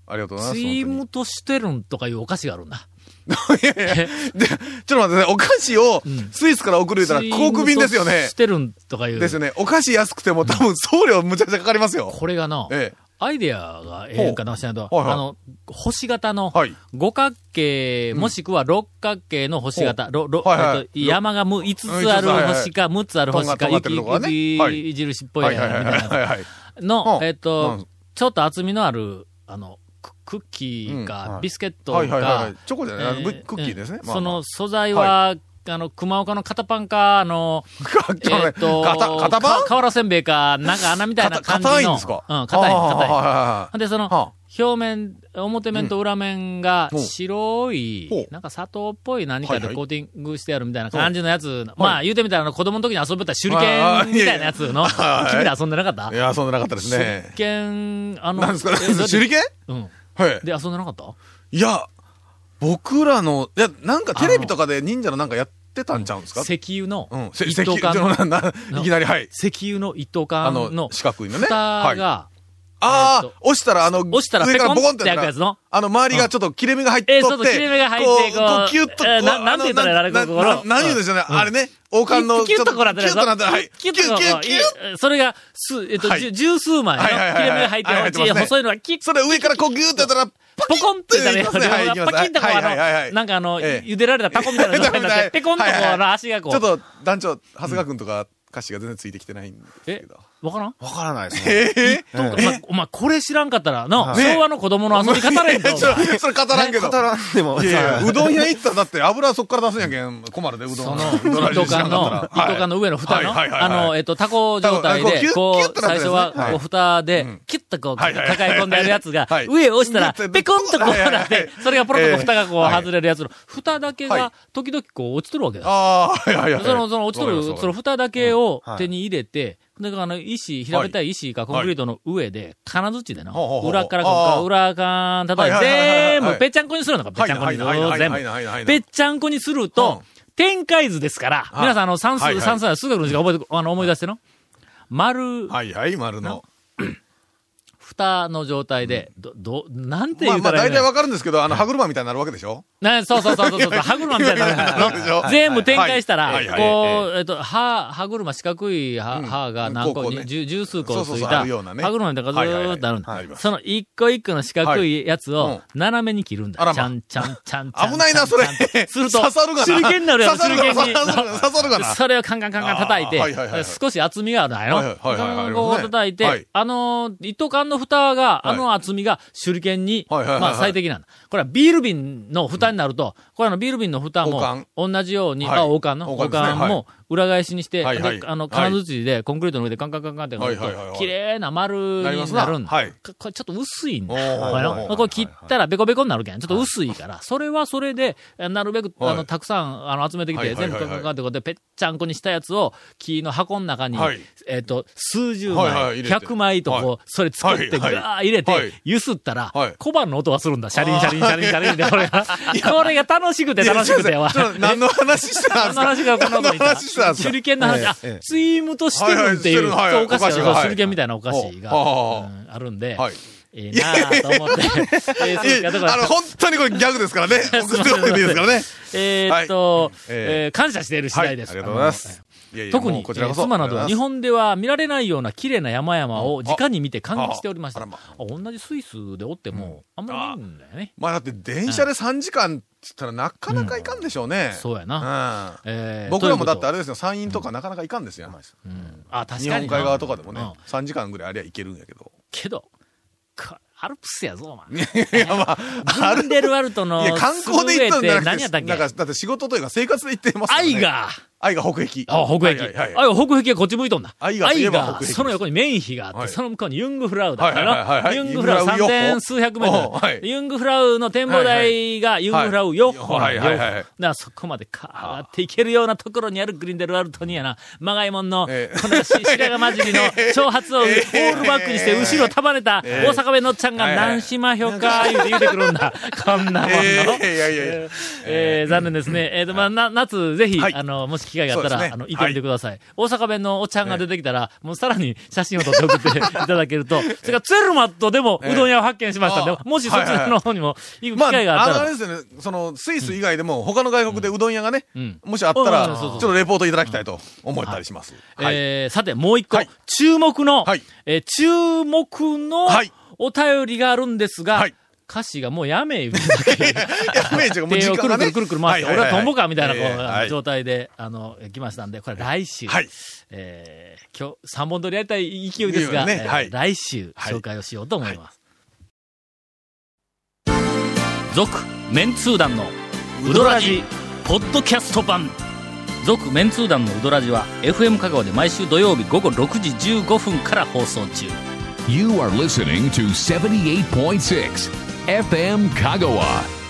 Speaker 3: ありがとうございま
Speaker 1: ス
Speaker 3: す。
Speaker 1: イ
Speaker 3: 本
Speaker 1: ムトシュテルンとかいうお菓子があるんだ。
Speaker 3: 当にいやいやでちょっと待ってね、お菓子をスイスから送る言うたら航空便ですよ
Speaker 1: スイム
Speaker 3: ね
Speaker 1: トシュ。テルンとかいう。
Speaker 3: ですよね。お菓子安くても多分送料むちゃくちゃかかりますよ。
Speaker 1: これがな、
Speaker 3: ええ。
Speaker 1: アイデアがええんかな、しないと。
Speaker 3: はいはい
Speaker 1: あの、星型の
Speaker 3: はい、
Speaker 1: 五角形、もしくは六角形の星型、ろろ
Speaker 3: はいはい
Speaker 1: えっと山がむ5つある
Speaker 3: うん五つ
Speaker 1: 星か、6つある星か、
Speaker 3: とんが
Speaker 1: 雪
Speaker 3: ってるとこがねはい
Speaker 1: 雪印っぽい
Speaker 3: は
Speaker 1: や
Speaker 3: い
Speaker 1: つ
Speaker 3: はいはい
Speaker 1: みたい
Speaker 3: は
Speaker 1: な
Speaker 3: いはい。
Speaker 1: の、
Speaker 3: うん
Speaker 1: えっ
Speaker 3: う
Speaker 1: と
Speaker 3: ん、
Speaker 1: ちょっと厚みのある、あの、ククッキー
Speaker 3: うん
Speaker 1: か
Speaker 3: は、い
Speaker 1: ビスケット
Speaker 3: はいはいはいは
Speaker 1: か
Speaker 3: い、。チョコじゃない、あの
Speaker 1: えー
Speaker 3: クッキーですね。
Speaker 1: うん
Speaker 3: まあ
Speaker 1: そ
Speaker 3: まあ
Speaker 1: の素材は、あの、熊岡の型パンか、あの、えっと、
Speaker 3: かた、かたば
Speaker 1: か瓦せんべいか、なんか穴みたいな感じの。
Speaker 3: 硬いんですか
Speaker 1: うん、硬い、硬い。
Speaker 3: い。
Speaker 1: で、その、
Speaker 3: はあ
Speaker 1: 表面、表面と裏面が
Speaker 3: うんほう
Speaker 1: 白
Speaker 3: ほ、
Speaker 1: いうなんか砂糖っぽい何か
Speaker 3: はい
Speaker 1: で
Speaker 3: はい
Speaker 1: コーティングしてあるみたいな感じのやつ、まあ言うてみたらあの子供の時に遊べた手裏
Speaker 3: ああ
Speaker 1: 剣みたい
Speaker 3: いやい
Speaker 1: な
Speaker 3: や
Speaker 1: やつの、
Speaker 3: はい
Speaker 1: 君ら遊んでなかった
Speaker 3: いや、遊んでなかったです
Speaker 1: 手裏
Speaker 3: ね。
Speaker 1: 剣、あの、
Speaker 3: なんですか
Speaker 1: えだって
Speaker 3: 手裏剣
Speaker 1: うん。
Speaker 3: はい。
Speaker 1: で、遊んでなかった
Speaker 3: いや、僕らの、いや、なんかテレビとかで忍者のなんかやっってたんちゃうんですか
Speaker 1: 石油の
Speaker 3: うん。せ
Speaker 1: 一
Speaker 3: 石
Speaker 1: 等
Speaker 3: 油
Speaker 1: 間
Speaker 3: ちょ
Speaker 1: の
Speaker 3: なな
Speaker 1: の
Speaker 3: いきなり、はい。
Speaker 1: 石油の一等
Speaker 3: あ
Speaker 1: 間
Speaker 3: の
Speaker 1: の、
Speaker 3: 四角いのね。
Speaker 1: 蓋
Speaker 3: はい。
Speaker 1: が、
Speaker 3: あ
Speaker 1: えー
Speaker 3: あ
Speaker 1: と、
Speaker 3: 押したら、あの、
Speaker 1: 押したら
Speaker 3: 上か
Speaker 1: ペ
Speaker 3: ら
Speaker 1: コン
Speaker 3: ボコンって
Speaker 1: って開くやつの
Speaker 3: あの、周りがちょっと切れ目が入っとって、
Speaker 1: えーそうそう切れ目が入ってこう
Speaker 3: こうキュッと、
Speaker 1: えーな
Speaker 3: こう
Speaker 1: なんて言ったらいいのあれこ
Speaker 3: な
Speaker 1: この
Speaker 3: な何言うんですよね、
Speaker 1: うん
Speaker 3: あれね、王冠の、
Speaker 1: キュッとこらって
Speaker 3: キュッとなって、はい。
Speaker 1: キュッとこう
Speaker 3: キュッキュッキュッ
Speaker 1: いそれが、す、えっと、
Speaker 3: はい
Speaker 1: 十十数枚の切
Speaker 3: はいはいはいはい
Speaker 1: れ目が入って
Speaker 3: はい入ってますね
Speaker 1: 細いのがキュッ
Speaker 3: それ上からこうギューってやったら、
Speaker 1: ポコンって言ったら
Speaker 3: はい
Speaker 1: ね、
Speaker 3: 行きます
Speaker 1: パキンとこう、
Speaker 3: はいはいはい
Speaker 1: あ
Speaker 3: は
Speaker 1: の、
Speaker 3: い
Speaker 1: なんかあの、
Speaker 3: ええ
Speaker 1: 茹でられたタコみたいな状態 になっ
Speaker 3: はいは
Speaker 1: て、
Speaker 3: い
Speaker 1: ペコンとこう、あの、足がこう。
Speaker 3: ちょっと団長、長谷川くんとか歌詞が全然ついてきてないんですけど。
Speaker 1: わからん
Speaker 4: わからないですね。
Speaker 3: ええ
Speaker 1: どうかお前、お前これ知らんかったら、な、
Speaker 4: はい
Speaker 1: 昭和の子供の遊び方れんと。
Speaker 3: ちょそれ語らんけど。
Speaker 4: 語らんでも。
Speaker 3: いやいやうどん屋行ったらだって油そっから出すんやけん、困るで、うどん。
Speaker 1: その、
Speaker 3: どら
Speaker 1: 一
Speaker 3: じ
Speaker 1: 斗
Speaker 3: 知ら
Speaker 1: 缶の、
Speaker 3: んかっ
Speaker 1: 一
Speaker 3: たら
Speaker 1: 斗缶の上の蓋の、
Speaker 3: はいはいはいはい
Speaker 1: あの、えっと、タコ状態
Speaker 3: タコこうキュ
Speaker 1: で、
Speaker 3: ッ
Speaker 1: こ
Speaker 3: キュッ
Speaker 1: う、
Speaker 3: となっ
Speaker 1: 最
Speaker 3: て
Speaker 1: 初
Speaker 3: るやつ
Speaker 1: は、
Speaker 3: ねはい
Speaker 1: こう、蓋で、キュッとこう、抱
Speaker 3: はいはいはいはい
Speaker 1: え込んであるやつが
Speaker 3: は、い
Speaker 1: 上を押したら
Speaker 3: グッ、て
Speaker 1: ペコンとこう
Speaker 3: はいはいはい
Speaker 1: なって、それがポロッとこう
Speaker 3: ええ
Speaker 1: 蓋がこう
Speaker 3: はい
Speaker 1: 外れるやつの、蓋だけ
Speaker 3: は
Speaker 1: が、時々こう、落ちとるわけだ。
Speaker 3: ああ、はいはいはい。
Speaker 1: その、その、落ちと
Speaker 3: わ
Speaker 1: る、
Speaker 3: かります
Speaker 1: その蓋だけを
Speaker 4: うんはい
Speaker 1: 手に入れて、だからあの、石、平べったい石かコンクリートの上で、金槌でな
Speaker 3: ほうほう、ほう
Speaker 1: 裏からこ
Speaker 3: ああ
Speaker 1: う、裏側叩いて、
Speaker 3: はいはいはいはい
Speaker 1: 全
Speaker 3: は
Speaker 1: 部、
Speaker 3: い
Speaker 1: ぺっちゃんこにするのか、ぺっ
Speaker 3: はい
Speaker 1: ちゃんこに。
Speaker 3: はいはいはい
Speaker 1: 全
Speaker 3: はいはいはいは
Speaker 1: 部。
Speaker 3: い
Speaker 1: ぺっちゃんこにすると
Speaker 3: うん、
Speaker 1: 展開図ですから、
Speaker 3: はい
Speaker 1: 皆さん、あの、算
Speaker 3: はい
Speaker 1: 数、
Speaker 3: はい
Speaker 1: 算数は数学の時間覚えて、あの、思い出しての。丸、
Speaker 3: はいはい、丸の。
Speaker 1: 蓋の状態で、ど、ど、なんて言
Speaker 3: まあ
Speaker 1: う
Speaker 3: ま
Speaker 1: た
Speaker 3: あ
Speaker 1: らいい
Speaker 3: 大
Speaker 1: の
Speaker 3: 体
Speaker 1: よ
Speaker 3: わかるんですけど、あの、歯車みたいになるわけでしょ
Speaker 1: なそうそうそう そうそう、歯車みたいなのがあるの
Speaker 3: そうでしょ
Speaker 1: 全部展開したら、
Speaker 3: はいはい
Speaker 1: こう、えっと、歯、歯車、四角い歯、
Speaker 3: うん
Speaker 1: 歯が何個、
Speaker 3: こうこうね
Speaker 1: 十十数個
Speaker 3: そ
Speaker 1: つ
Speaker 3: うそう
Speaker 1: い
Speaker 3: そう
Speaker 1: た、
Speaker 3: あるようなね
Speaker 1: 歯車みたいなのがずーっとあるんだ
Speaker 3: はいはいはいはいあります
Speaker 1: その一個一個の四角いやつ
Speaker 3: はいう
Speaker 1: を
Speaker 3: ん
Speaker 1: 斜めに切るんだ。
Speaker 3: あらま
Speaker 1: ちゃんちゃんちゃんちゃん。
Speaker 3: 危ないな、それ。
Speaker 1: ちゃんちゃんちゃんすると、
Speaker 3: 刺さるがな。
Speaker 1: 手裏剣になるやろ、手
Speaker 3: 刺さる
Speaker 1: 裏
Speaker 3: が
Speaker 1: 剣
Speaker 3: な
Speaker 1: に。
Speaker 3: 刺さるがな刺さるがな。
Speaker 1: それをカンカンカンカン叩いて、
Speaker 3: あーはいはいはいはい
Speaker 1: 少し厚みがあるのやろ。
Speaker 3: はいはいはいはい
Speaker 1: カンカ
Speaker 3: あ
Speaker 1: ン
Speaker 3: り
Speaker 1: こ
Speaker 3: ます
Speaker 1: う
Speaker 3: ね
Speaker 1: 叩いて、
Speaker 3: はい
Speaker 1: あのー、一等間の蓋が、
Speaker 3: はい
Speaker 1: あの厚みが手裏剣に、
Speaker 3: はいはいはいはい
Speaker 1: まあ最適なんだ。これはビール瓶の蓋になると、これあのビール瓶の蓋
Speaker 3: 王
Speaker 1: も
Speaker 3: 冠、
Speaker 1: 同じように、
Speaker 3: はい
Speaker 1: あ、王冠の、
Speaker 3: 王
Speaker 1: 王
Speaker 3: 冠ですね
Speaker 1: 冠も裏返しにして、
Speaker 3: はいはい
Speaker 1: であの、金槌でコンクリートの上でカンカンカンカンってやると
Speaker 3: はいはいはいはい
Speaker 1: 綺麗な丸
Speaker 3: なりま
Speaker 1: に
Speaker 3: すな
Speaker 1: なるんだ。
Speaker 3: はい
Speaker 1: ここれちょっと薄いんだ。
Speaker 3: おー
Speaker 1: これ
Speaker 3: はいはいはい
Speaker 1: の
Speaker 3: はい
Speaker 1: これ切ったらベコベコになるけん。ちょっと薄いから、それはそれで、なるべく、あ
Speaker 3: は
Speaker 1: の、
Speaker 3: い
Speaker 1: たくさん、あの、集めてき
Speaker 3: は
Speaker 1: て、
Speaker 3: いはい
Speaker 1: 全
Speaker 3: はい
Speaker 1: 部
Speaker 3: は
Speaker 1: カ
Speaker 3: い
Speaker 1: ンカンカンってことで、ぺっちゃんこにしたやつを、木の箱の中に
Speaker 3: はい、
Speaker 1: えっと、数十
Speaker 3: はいは
Speaker 1: 枚、
Speaker 3: い入れて
Speaker 1: 100枚と
Speaker 3: は
Speaker 1: こう、それ作って、ぐ
Speaker 3: はいはい
Speaker 1: わー入れ
Speaker 3: はい
Speaker 1: て、ゆすったら
Speaker 3: はい、
Speaker 1: 小判の音がするんだ。シャリンシャリンシャリンシャリンで、これが、これが楽しくて
Speaker 3: いや
Speaker 1: 楽しくて、わ
Speaker 3: ちょっと待ってちょっと何の話してたん
Speaker 1: 何
Speaker 3: です
Speaker 1: の話が
Speaker 3: か
Speaker 1: こんなこと
Speaker 3: 何
Speaker 1: に
Speaker 3: の話してたんです
Speaker 1: 手
Speaker 3: か
Speaker 1: 裏剣の話、あ、
Speaker 4: ええ
Speaker 1: ツイームとしてるっていう、
Speaker 3: はいはいしてるはい
Speaker 1: お菓子が、
Speaker 3: お菓子がはい
Speaker 1: 手裏剣みたいなお菓子が、
Speaker 3: は
Speaker 1: うんあるんで、
Speaker 3: はい
Speaker 1: ええなあと 思って、えーそうです
Speaker 3: い
Speaker 1: か
Speaker 3: や
Speaker 1: だから
Speaker 3: あの、本当にこれギャグですか らね。
Speaker 1: いません
Speaker 3: 送っておいていいですからね。
Speaker 1: えーっと、え
Speaker 3: え
Speaker 1: ー感謝している次
Speaker 3: はい。あ
Speaker 1: 第
Speaker 3: り
Speaker 1: で
Speaker 3: が
Speaker 1: す。
Speaker 3: とうございます。いやいや
Speaker 1: 特
Speaker 3: も
Speaker 1: に
Speaker 3: う、こちらこそ
Speaker 1: 妻などは日本では見られないような綺麗な山々を
Speaker 3: うん
Speaker 1: 直に見て感激しておりました。
Speaker 3: あ
Speaker 1: あ
Speaker 3: あらま
Speaker 1: 同じスイスでおっても、あんまりないんだよね。
Speaker 3: まあだって電車で3時間っつったらなかなかいかんでしょうね。
Speaker 1: そうや
Speaker 3: う
Speaker 1: な。
Speaker 3: ん。
Speaker 1: えー
Speaker 3: 僕らもだってあ
Speaker 1: れ、
Speaker 3: れですよ、山陰とかなかなかいかんですよ。
Speaker 1: うんあ、確かに
Speaker 3: 日
Speaker 1: な。
Speaker 3: 本海側とかでもね
Speaker 1: うん、
Speaker 3: 3時間ぐらいありゃいけるんやけど。
Speaker 1: けど、こアルプスやぞ、お前。
Speaker 3: いや、ま
Speaker 1: アルデルワルトの、
Speaker 3: あ、いや、観光で行ったんじゃな
Speaker 1: 何やったっ
Speaker 3: くて、
Speaker 1: け
Speaker 3: なんか、だって仕事というか生活で行ってますから
Speaker 1: 愛
Speaker 3: ね。
Speaker 1: が、
Speaker 3: 愛が北壁。
Speaker 1: あ、北壁。
Speaker 3: は
Speaker 1: 愛
Speaker 3: いはいは
Speaker 1: が
Speaker 3: い
Speaker 1: 北壁はこっち向いとんだ。
Speaker 3: 愛がといえば北壁
Speaker 1: その横にメイン碑があって、
Speaker 3: はい
Speaker 1: その向こうにユングフラウだ
Speaker 3: はいはいはい
Speaker 1: あ
Speaker 3: は
Speaker 1: の
Speaker 3: い
Speaker 1: ユングフラウ
Speaker 3: ユングフラウ
Speaker 1: 三千
Speaker 3: 四
Speaker 1: 数百メー
Speaker 3: おう
Speaker 1: ト
Speaker 3: はい
Speaker 1: ル。ユングフラウの展望台がユングフラウ4本な
Speaker 3: は
Speaker 1: ん
Speaker 3: い
Speaker 1: よ。
Speaker 3: はいはいは
Speaker 1: だ
Speaker 3: い
Speaker 1: からそこまでカーっていけるようなところにあるグリンデルワルトにやな、まがいもんの、
Speaker 3: ええ
Speaker 1: このし白髪混じり の長髪をオールバックにして、後ろ束ねた大阪弁のおっちゃんが、
Speaker 3: ええ
Speaker 1: 何しまひょか、言うて言うてくる んだ。こんなもんの。
Speaker 3: ええいやいやいや
Speaker 1: えーえー残念ですね。えっ、と、まあ、な、夏、ぜひ、
Speaker 3: はい
Speaker 1: あの、もし機会があった
Speaker 3: そ
Speaker 1: ら、
Speaker 3: うですね
Speaker 1: あの、行ってみてください,、大阪弁のおっちゃんが出てきたら、もうさらに写真を撮って送っていただける と、それからツェルマットでも
Speaker 3: ええ
Speaker 1: うどん屋を発見しましたんで、
Speaker 3: ああ
Speaker 1: もしそちらの方にも行く
Speaker 3: ま
Speaker 1: 機
Speaker 3: あ、
Speaker 1: 会があった
Speaker 3: あ
Speaker 1: ら、
Speaker 3: のあれですよね、その、スイス以外でも、他の外国でうどん屋がね
Speaker 1: うん、
Speaker 3: もしあったら、
Speaker 1: うん
Speaker 3: ち
Speaker 1: そうそうそ
Speaker 3: ょ
Speaker 1: う
Speaker 3: っとレポートいただきたいと思ったりします。はい。
Speaker 1: えーさて、もう一個、
Speaker 3: はい
Speaker 1: 注目の、
Speaker 3: はい
Speaker 1: えー注目の
Speaker 3: はい
Speaker 1: お便りがあるんですが、
Speaker 3: はい
Speaker 1: 歌詞がもうやめ言うて んだけど
Speaker 3: やめえ、ちょっともう時
Speaker 1: 手をく
Speaker 3: 間
Speaker 1: る
Speaker 3: が
Speaker 1: く
Speaker 3: ね。
Speaker 1: るくるくる回って、
Speaker 3: はい
Speaker 1: 俺
Speaker 3: はい
Speaker 1: は
Speaker 3: はい
Speaker 1: トンボかみたいなこう
Speaker 3: ええ
Speaker 1: あ
Speaker 3: は
Speaker 1: の状態で、あの、来ましたんで、これ来週、
Speaker 3: はい
Speaker 1: えー今日3本撮りやりたい勢いですが、
Speaker 3: いいよね
Speaker 1: えー
Speaker 3: はい
Speaker 1: 来週
Speaker 3: はい
Speaker 1: 紹介をしようと思います。続、メンツー団のウドラジポッドキャスト版続メンツー団のウドラジは FM 香川で毎週土曜日午後6時15分から放送中
Speaker 2: You are listening to 78.6 FM Kagawa.